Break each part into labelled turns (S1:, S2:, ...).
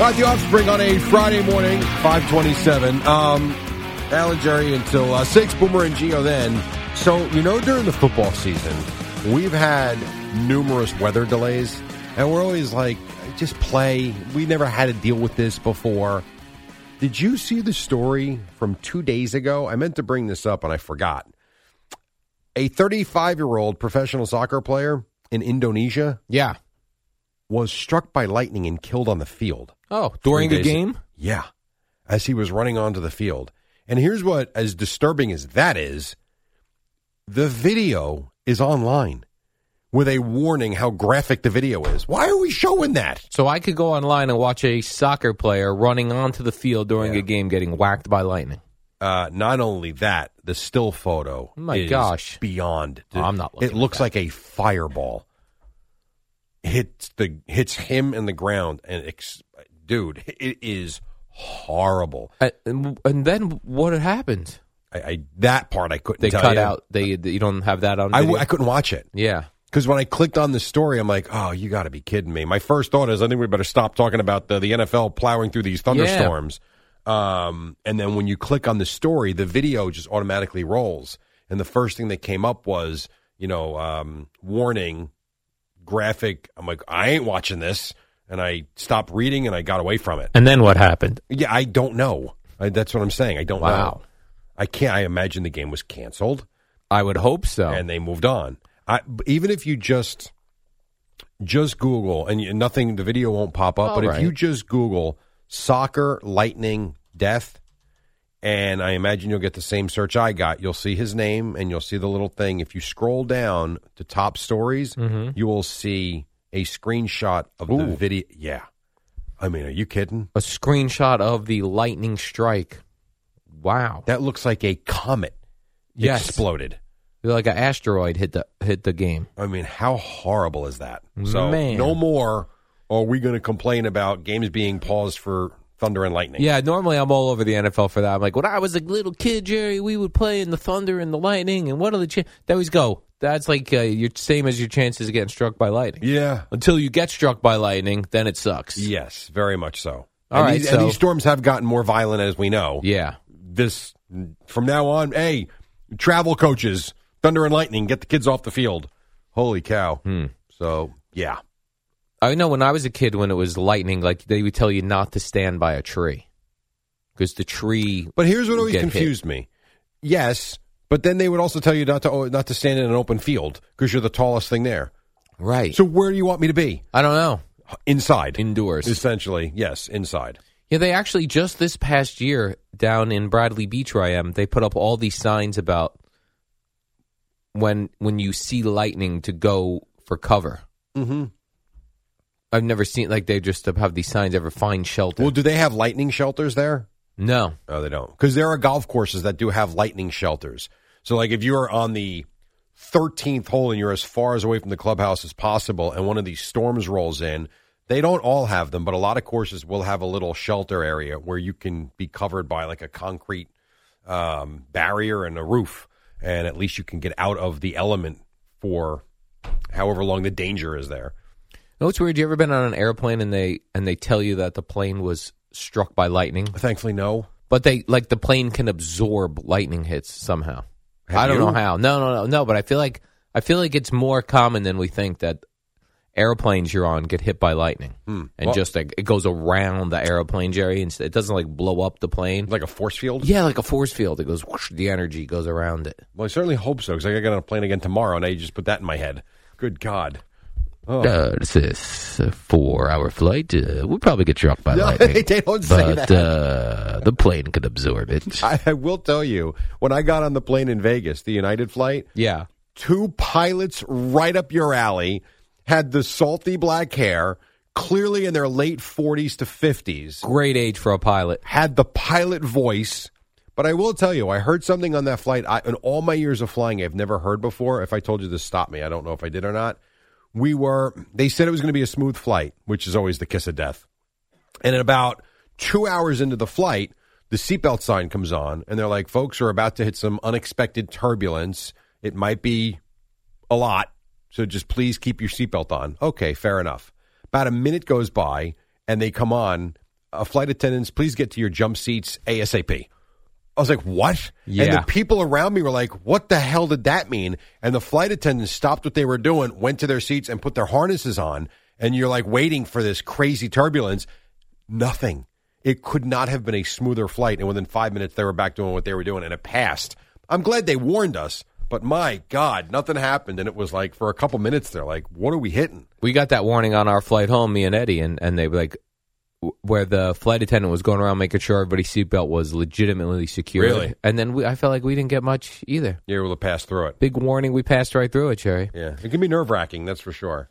S1: All right, the offspring on a Friday morning, 527. Um, Alan Jerry until uh, 6, Boomer and Geo then. So, you know, during the football season, we've had numerous weather delays, and we're always like, just play. We never had to deal with this before. Did you see the story from two days ago? I meant to bring this up and I forgot. A 35 year old professional soccer player in Indonesia
S2: Yeah.
S1: was struck by lightning and killed on the field.
S2: Oh, during the
S1: days-
S2: game?
S1: Yeah, as he was running onto the field. And here's what, as disturbing as that is, the video is online with a warning how graphic the video is. Why are we showing that?
S2: So I could go online and watch a soccer player running onto the field during a game getting whacked by lightning.
S1: Uh, not only that, the still photo.
S2: My
S1: is
S2: gosh.
S1: beyond.
S2: Oh, I'm not looking
S1: It
S2: at
S1: looks
S2: that.
S1: like a fireball hits the hits him in the ground, and ex- dude, it is horrible.
S2: And- And, and then what happened?
S1: I, I that part I couldn't.
S2: They
S1: tell
S2: cut
S1: you.
S2: out. They, they- you don't have that on.
S1: I,
S2: Video?
S1: w- I couldn't watch it.
S2: yeah.
S1: Because when I clicked on the story, I'm like, oh, you got to be kidding me. My first thought is, I think we better stop talking about the, the NFL plowing through these thunderstorms. Um, and then when you click on the story, the video just automatically rolls. And the first thing that came up was, you know, um, warning, graphic. I'm like, I ain't watching this. And I stopped reading and I got away from it.
S2: And then what happened?
S1: Yeah, I don't know. I, that's what I'm saying. I don't
S2: Wow.
S1: know. I can't. I imagine the game was canceled
S2: I would hope so.
S1: and they moved on. I, even if you just just Google and you, nothing, the video won't pop up.
S2: All
S1: but if
S2: right.
S1: you just Google soccer lightning death, and I imagine you'll get the same search I got. You'll see his name and you'll see the little thing. If you scroll down to top stories, you will see a screenshot of the
S2: Mm-hmm. Ooh.
S1: video. Yeah, I mean, are you kidding?
S2: a screenshot of the lightning strike. Wow.
S1: That looks like a comet
S2: Yes.
S1: exploded.
S2: Like an asteroid hit the hit the game.
S1: I mean, how horrible is that? So
S2: Man.
S1: no more are we going to complain about games being paused for thunder and lightning.
S2: Yeah, normally I'm all over the NFL for that. I'm like, when I was a little kid, Jerry, we would play in the thunder and the lightning, and what are the chances? They always go. That's like uh, your same as your chances of getting struck by lightning.
S1: Yeah.
S2: Until you get struck by lightning, then it sucks.
S1: Yes, very much so.
S2: All
S1: and,
S2: right,
S1: these, and
S2: so-
S1: these storms have gotten more violent as we know.
S2: Yeah.
S1: This from now on, hey, travel coaches, thunder and lightning, get the kids off the field. Holy cow!
S2: Hmm.
S1: So yeah,
S2: I know when I was a kid, when it was lightning, like they would tell you not to stand by a tree because the tree.
S1: but here's what
S2: would
S1: always
S2: get hit.
S1: confused me. Yes, but then they would also tell you not to not to stand in an open field because you're the tallest thing there.
S2: Right.
S1: So where do you want me to be?
S2: I don't know.
S1: Inside.
S2: Indoors.
S1: Essentially, yes, inside.
S2: Yeah, they actually just this past year down in Bradley Beach where I am, they put up all these signs about when when you see lightning to go for cover.
S1: Mm-hmm.
S2: I've never seen like they just have these signs ever find shelter.
S1: Well, do they have lightning shelters there?
S2: no.
S1: No, Uh, they don't. Because there are golf courses that do have lightning shelters. So, like, if you are on the 13th hole and you're as far as away from the clubhouse as possible, and one of these storms rolls in, they don't all have them, but a lot of courses will have a little shelter area where you can be covered by like a concrete um, barrier and a roof, and at least you can get out of the element for however long the danger is there.
S2: No, it's weird. You ever been on an airplane and they and they tell you that the plane was struck by lightning?
S1: Thankfully, no.
S2: But they like the plane can absorb lightning hits somehow.
S1: Have
S2: I don't
S1: you?
S2: know how. No, no, no, no. But I feel like I feel like it's more common than we think that airplanes you're on get hit by lightning, and
S1: Hmm. Well-
S2: just like it goes around the airplane, Jerry. And it doesn't like blow up the plane.
S1: Like a force field?
S2: yeah, like a force field. It goes. Whoosh, the energy goes around it.
S1: Well, I certainly hope so because I got to get on a plane again tomorrow, and I just put that in my head. Good God. Oh.
S2: Uh, this is a four-hour flight. Uh, we'll probably get dropped by
S1: No,
S2: lightning.
S1: they don't say that.
S2: Uh, the plane could absorb it.
S1: I, I will tell you, when I got on the plane in Vegas, the United flight,
S2: yeah.
S1: two pilots right up your alley had the salty black hair, clearly in their late 40s to 50s,
S2: Great age for a pilot.
S1: had the pilot voice. But I will tell you, I heard something on that flight I, in all my years of flying I've never heard before. If I told you to stop me, I don't know if I did or not. We were, they said it was going to be a smooth flight, which is always the kiss of death. And at about two hours into the flight, the seatbelt sign comes on, and they're like, folks are about to hit some unexpected turbulence. It might be a lot, so just please keep your seatbelt on. Okay, fair enough. About a minute goes by, and they come on. Uh, flight attendants, please get to your jump seats ASAP. I was like, what? And
S2: Yeah.
S1: the people around me were like, what the hell did that mean? And the flight attendants stopped what they were doing, went to their seats, and put their harnesses on. And you're like waiting for this crazy turbulence nothing. It could not have been a smoother flight. And within five minutes, they were back doing what they were doing, and it passed. I'm glad they warned us, but my God, nothing happened. And it was like for a couple minutes, they're like, "What are we hitting?"
S2: we got that warning on our flight home, me and Eddie, and, and they were like, w- where the flight attendant was going around making sure everybody's seatbelt was legitimately secure.
S1: Really?
S2: And then we, I felt like we didn't get much either.
S1: You're able to pass through it.
S2: Big warning, we passed right through it, Jerry.
S1: Yeah, it can be nerve wracking, that's for sure.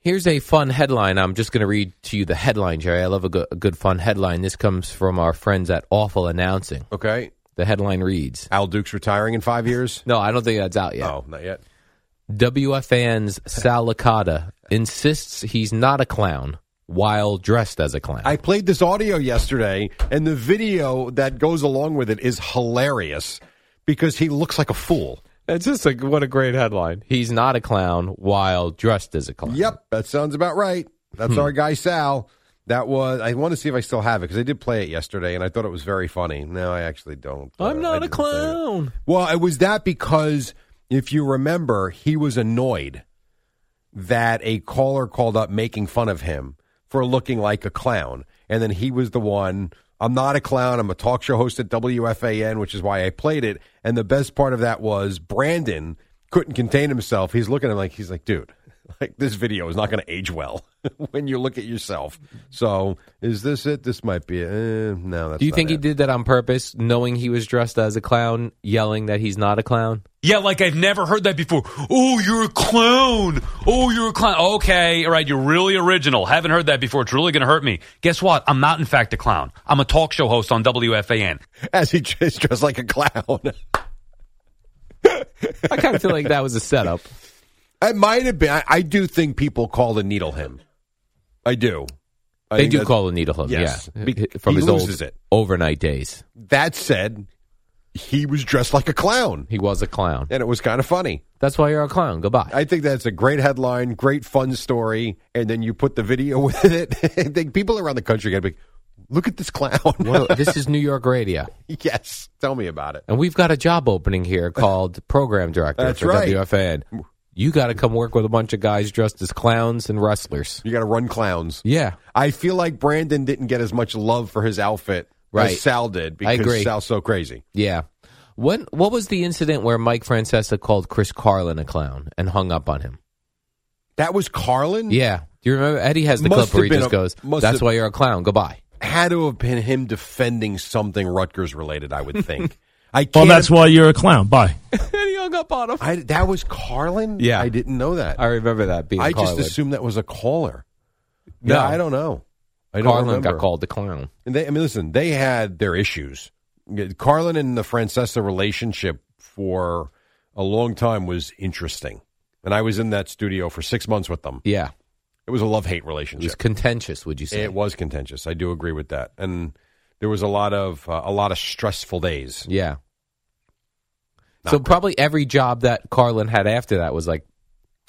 S2: Here's a fun headline. I'm just going to read to you the headline, Jerry. I love a go- a good, fun headline. This comes from our friends at Awful Announcing.
S1: Okay,
S2: The headline reads
S1: Al Duke's retiring in five years.
S2: No, I don't think that's out yet.
S1: No, not yet.
S2: WFN's Sal Licata insists he's not a clown while dressed as a clown.
S1: I played this audio yesterday, and the video that goes along with it is hilarious because he looks like a fool.
S2: That's just like what a great headline. He's not a clown while dressed as a clown.
S1: Yep, that sounds about right. That's our guy Sal. That was. I want to see if I still have it because I did play it yesterday, and I thought it was very funny. No, I actually don't.
S2: I'm
S1: Uh, I
S2: not a
S1: didn't play it.
S2: clown.
S1: Well, it was that because if you remember, he was annoyed that a caller called up making fun of him for looking like a clown, and then he was the one. I'm not a clown. I'm a talk show host at WFAN, which is why I played it. And the best part of that was Brandon couldn't contain himself. He's looking at him like he's like, dude, like this video is not going to age well when you look at yourself. So is this it? This might be. It. Eh, no, that's.
S2: Do you
S1: not
S2: think he
S1: it.
S2: did that on purpose, knowing he was dressed as a clown, yelling that he's not a clown?
S3: Yeah, like I've never heard that before. Oh, you're a clown. Oh, you're a clown. Okay, all right, you're really original. Haven't heard that before. It's really going to hurt me. Guess what? I'm not, in fact, a clown. I'm a talk show host on WFAN.
S1: as he just dressed like a clown?
S2: I kind of feel like that was a setup.
S1: It might have been. I, I do think people call and needle him. I do. I
S2: They
S1: think
S2: do
S1: that's-
S2: call a needle him,
S1: Yes.
S2: yeah,
S1: Be-
S2: from
S1: he
S2: his old
S1: loses it.
S2: overnight days.
S1: That said, he was dressed like a clown,
S2: He was a clown.
S1: and it was kind of funny.
S2: That's why you're a clown. Goodbye.
S1: I think that's a great headline, great fun story, and then you put the video with it. I think people around the country got to be, look at this clown.
S2: Well, this is New York radio,
S1: yes, tell me about it.
S2: and we've got a job opening here called program director
S1: That's
S2: for
S1: right.
S2: WFAN. You got to come work with a bunch of guys dressed as clowns and wrestlers.
S1: You got to run clowns.
S2: Yeah,
S1: I feel like Brandon didn't get as much love for his outfit
S2: Right.
S1: as Sal did because
S2: I agree.
S1: Sal's so crazy.
S2: Yeah. When what was the incident where Mike Francesa called Chris Carlin a clown and hung up on him?
S1: That was Carlin?
S2: Yeah. Do you remember Eddie has the
S1: Hmm. Must
S2: clip where he
S1: have been
S2: just
S1: a-
S2: goes,
S1: must
S2: That's
S1: have-
S2: why you're a clown. Goodbye.
S1: had to have been him defending something Rutgers related. I would think. I can't.
S4: Well, that's why you're a clown. Bye.
S2: And he hung up on him. I,
S1: I, that was Carlin.
S2: Yeah.
S1: I didn't know that.
S2: remember that being
S1: I
S2: Carlin.
S1: just assumed that was a caller.
S2: No.
S1: Yeah, I don't know. I don't
S2: Carlin
S1: remember.
S2: got called the clown.
S1: And they, I mean, listen, they had their issues. Carlin and the Francesa relationship for a long time was interesting. And I was in that studio for six months with them.
S2: Yeah,
S1: It was a love hate
S2: it was
S1: relationship.
S2: contentious. Would you say?
S1: It was contentious. I do agree with that. And there was a lot of uh, a lot of stressful days.
S2: yeah.
S1: Not
S2: so
S1: great.
S2: probably every job that Carlin had after that was like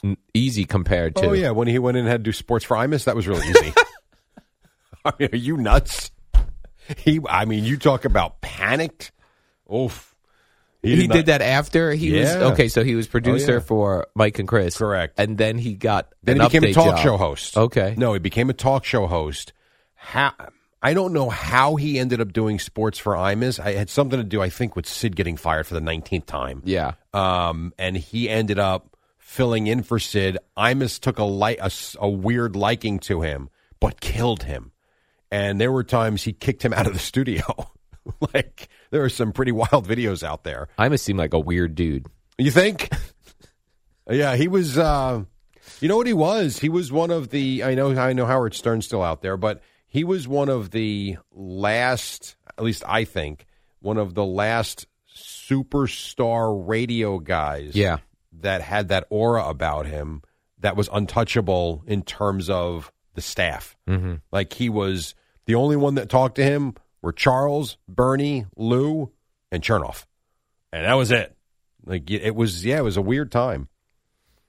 S2: n- easy compared to.
S1: Oh yeah, when he went in and had to do sports for Imus, that was really easy. I mean, are you nuts? He, I mean, you talk about panicked. Oof.
S2: He,
S1: not-
S2: did that after he
S1: Yeah. Oh,
S2: was okay. So he was producer
S1: yeah.
S2: for Mike and Chris,
S1: Correct.
S2: And then he got
S1: Then
S2: an
S1: he became a
S2: update
S1: talk
S2: job.
S1: show host.
S2: Okay,
S1: No, he became a talk show host. How I don't know how he ended up doing sports for Imus. I had something to do, I think, with Sid getting fired for the nineteenth time.
S2: yeah,
S1: Um, and he ended up filling in for Sid. Imus took a light, a, s- a weird liking to him, but killed him. And there were times he kicked him out of the studio. like there are some pretty wild videos out there.
S2: I must seem like a weird dude.
S1: You think? yeah, he was. Uh, you know what he was? He was one of the. I know. I know Howard Stern's still out there, but he was one of the last. At least I think one of the last superstar radio guys.
S2: Yeah,
S1: That had that aura about him that was untouchable in terms of the staff. Mm-hmm. Like he was the only one that talked to him were Charles, Bernie, Lou, and Chernoff, and that was it. Like it was, yeah, it was a weird time.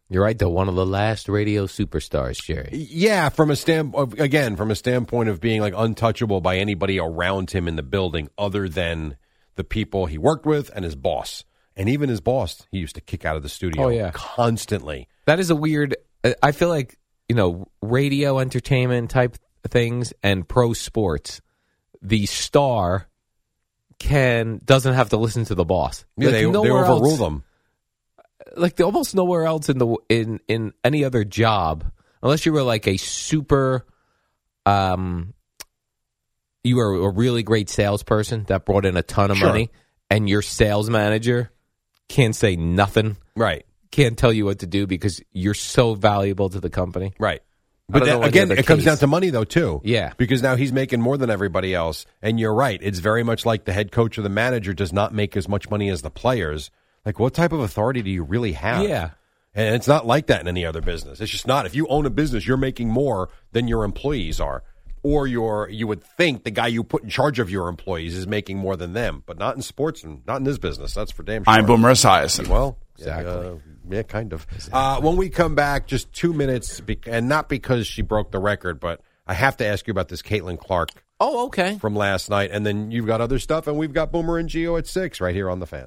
S2: you're right. Though one of the last radio superstars, Jerry.
S1: Yeah, from a stand of- again, from a standpoint of being like untouchable by anybody around him in the building other than the people he worked with and his boss. And even his boss, he used to kick out of the studio
S2: Oh, yeah.
S1: constantly.
S2: That is a weird. I- I feel like you know radio entertainment type things and pro sports. The star can doesn't have to listen to the boss.
S1: Yeah,
S2: Like,
S1: they, they
S2: nowhere
S1: overrule
S2: else-
S1: them.
S2: like the- almost nowhere else in the in in any other job unless you were like a super um you were a really great salesperson that brought in a ton of
S1: Sure.
S2: money and your sales manager can't say nothing
S1: Right,
S2: can't tell you what to do because you're so valuable to the company
S1: right.
S2: I
S1: But
S2: don't know
S1: that,
S2: whether
S1: again, it
S2: the
S1: comes
S2: case-
S1: down to money, though, too.
S2: Yeah.
S1: Because now he's making more than everybody else. And you're right. It's very much like the head coach or the manager does not make as much money as the players. Like, what type of authority do you really have?
S2: yeah
S1: And it's not like that in any other business. It's just not. If you own a business, you're making more than your employees are. Or your you would think the guy you put in charge of your employees is making more than them, but not in sports and not in this business. That's for damn sure.
S4: I'm Boomer Esiason.
S1: Well,
S2: Exactly.
S1: Uh, yeah, kind of. Uh, when we come back, just two minutes, bec- and not because she broke the record, but I have to ask you about this Caitlin Clark
S2: oh okay
S1: from last night, and then you've got other stuff, and we've got Boomer and Geo at six right here on the fan.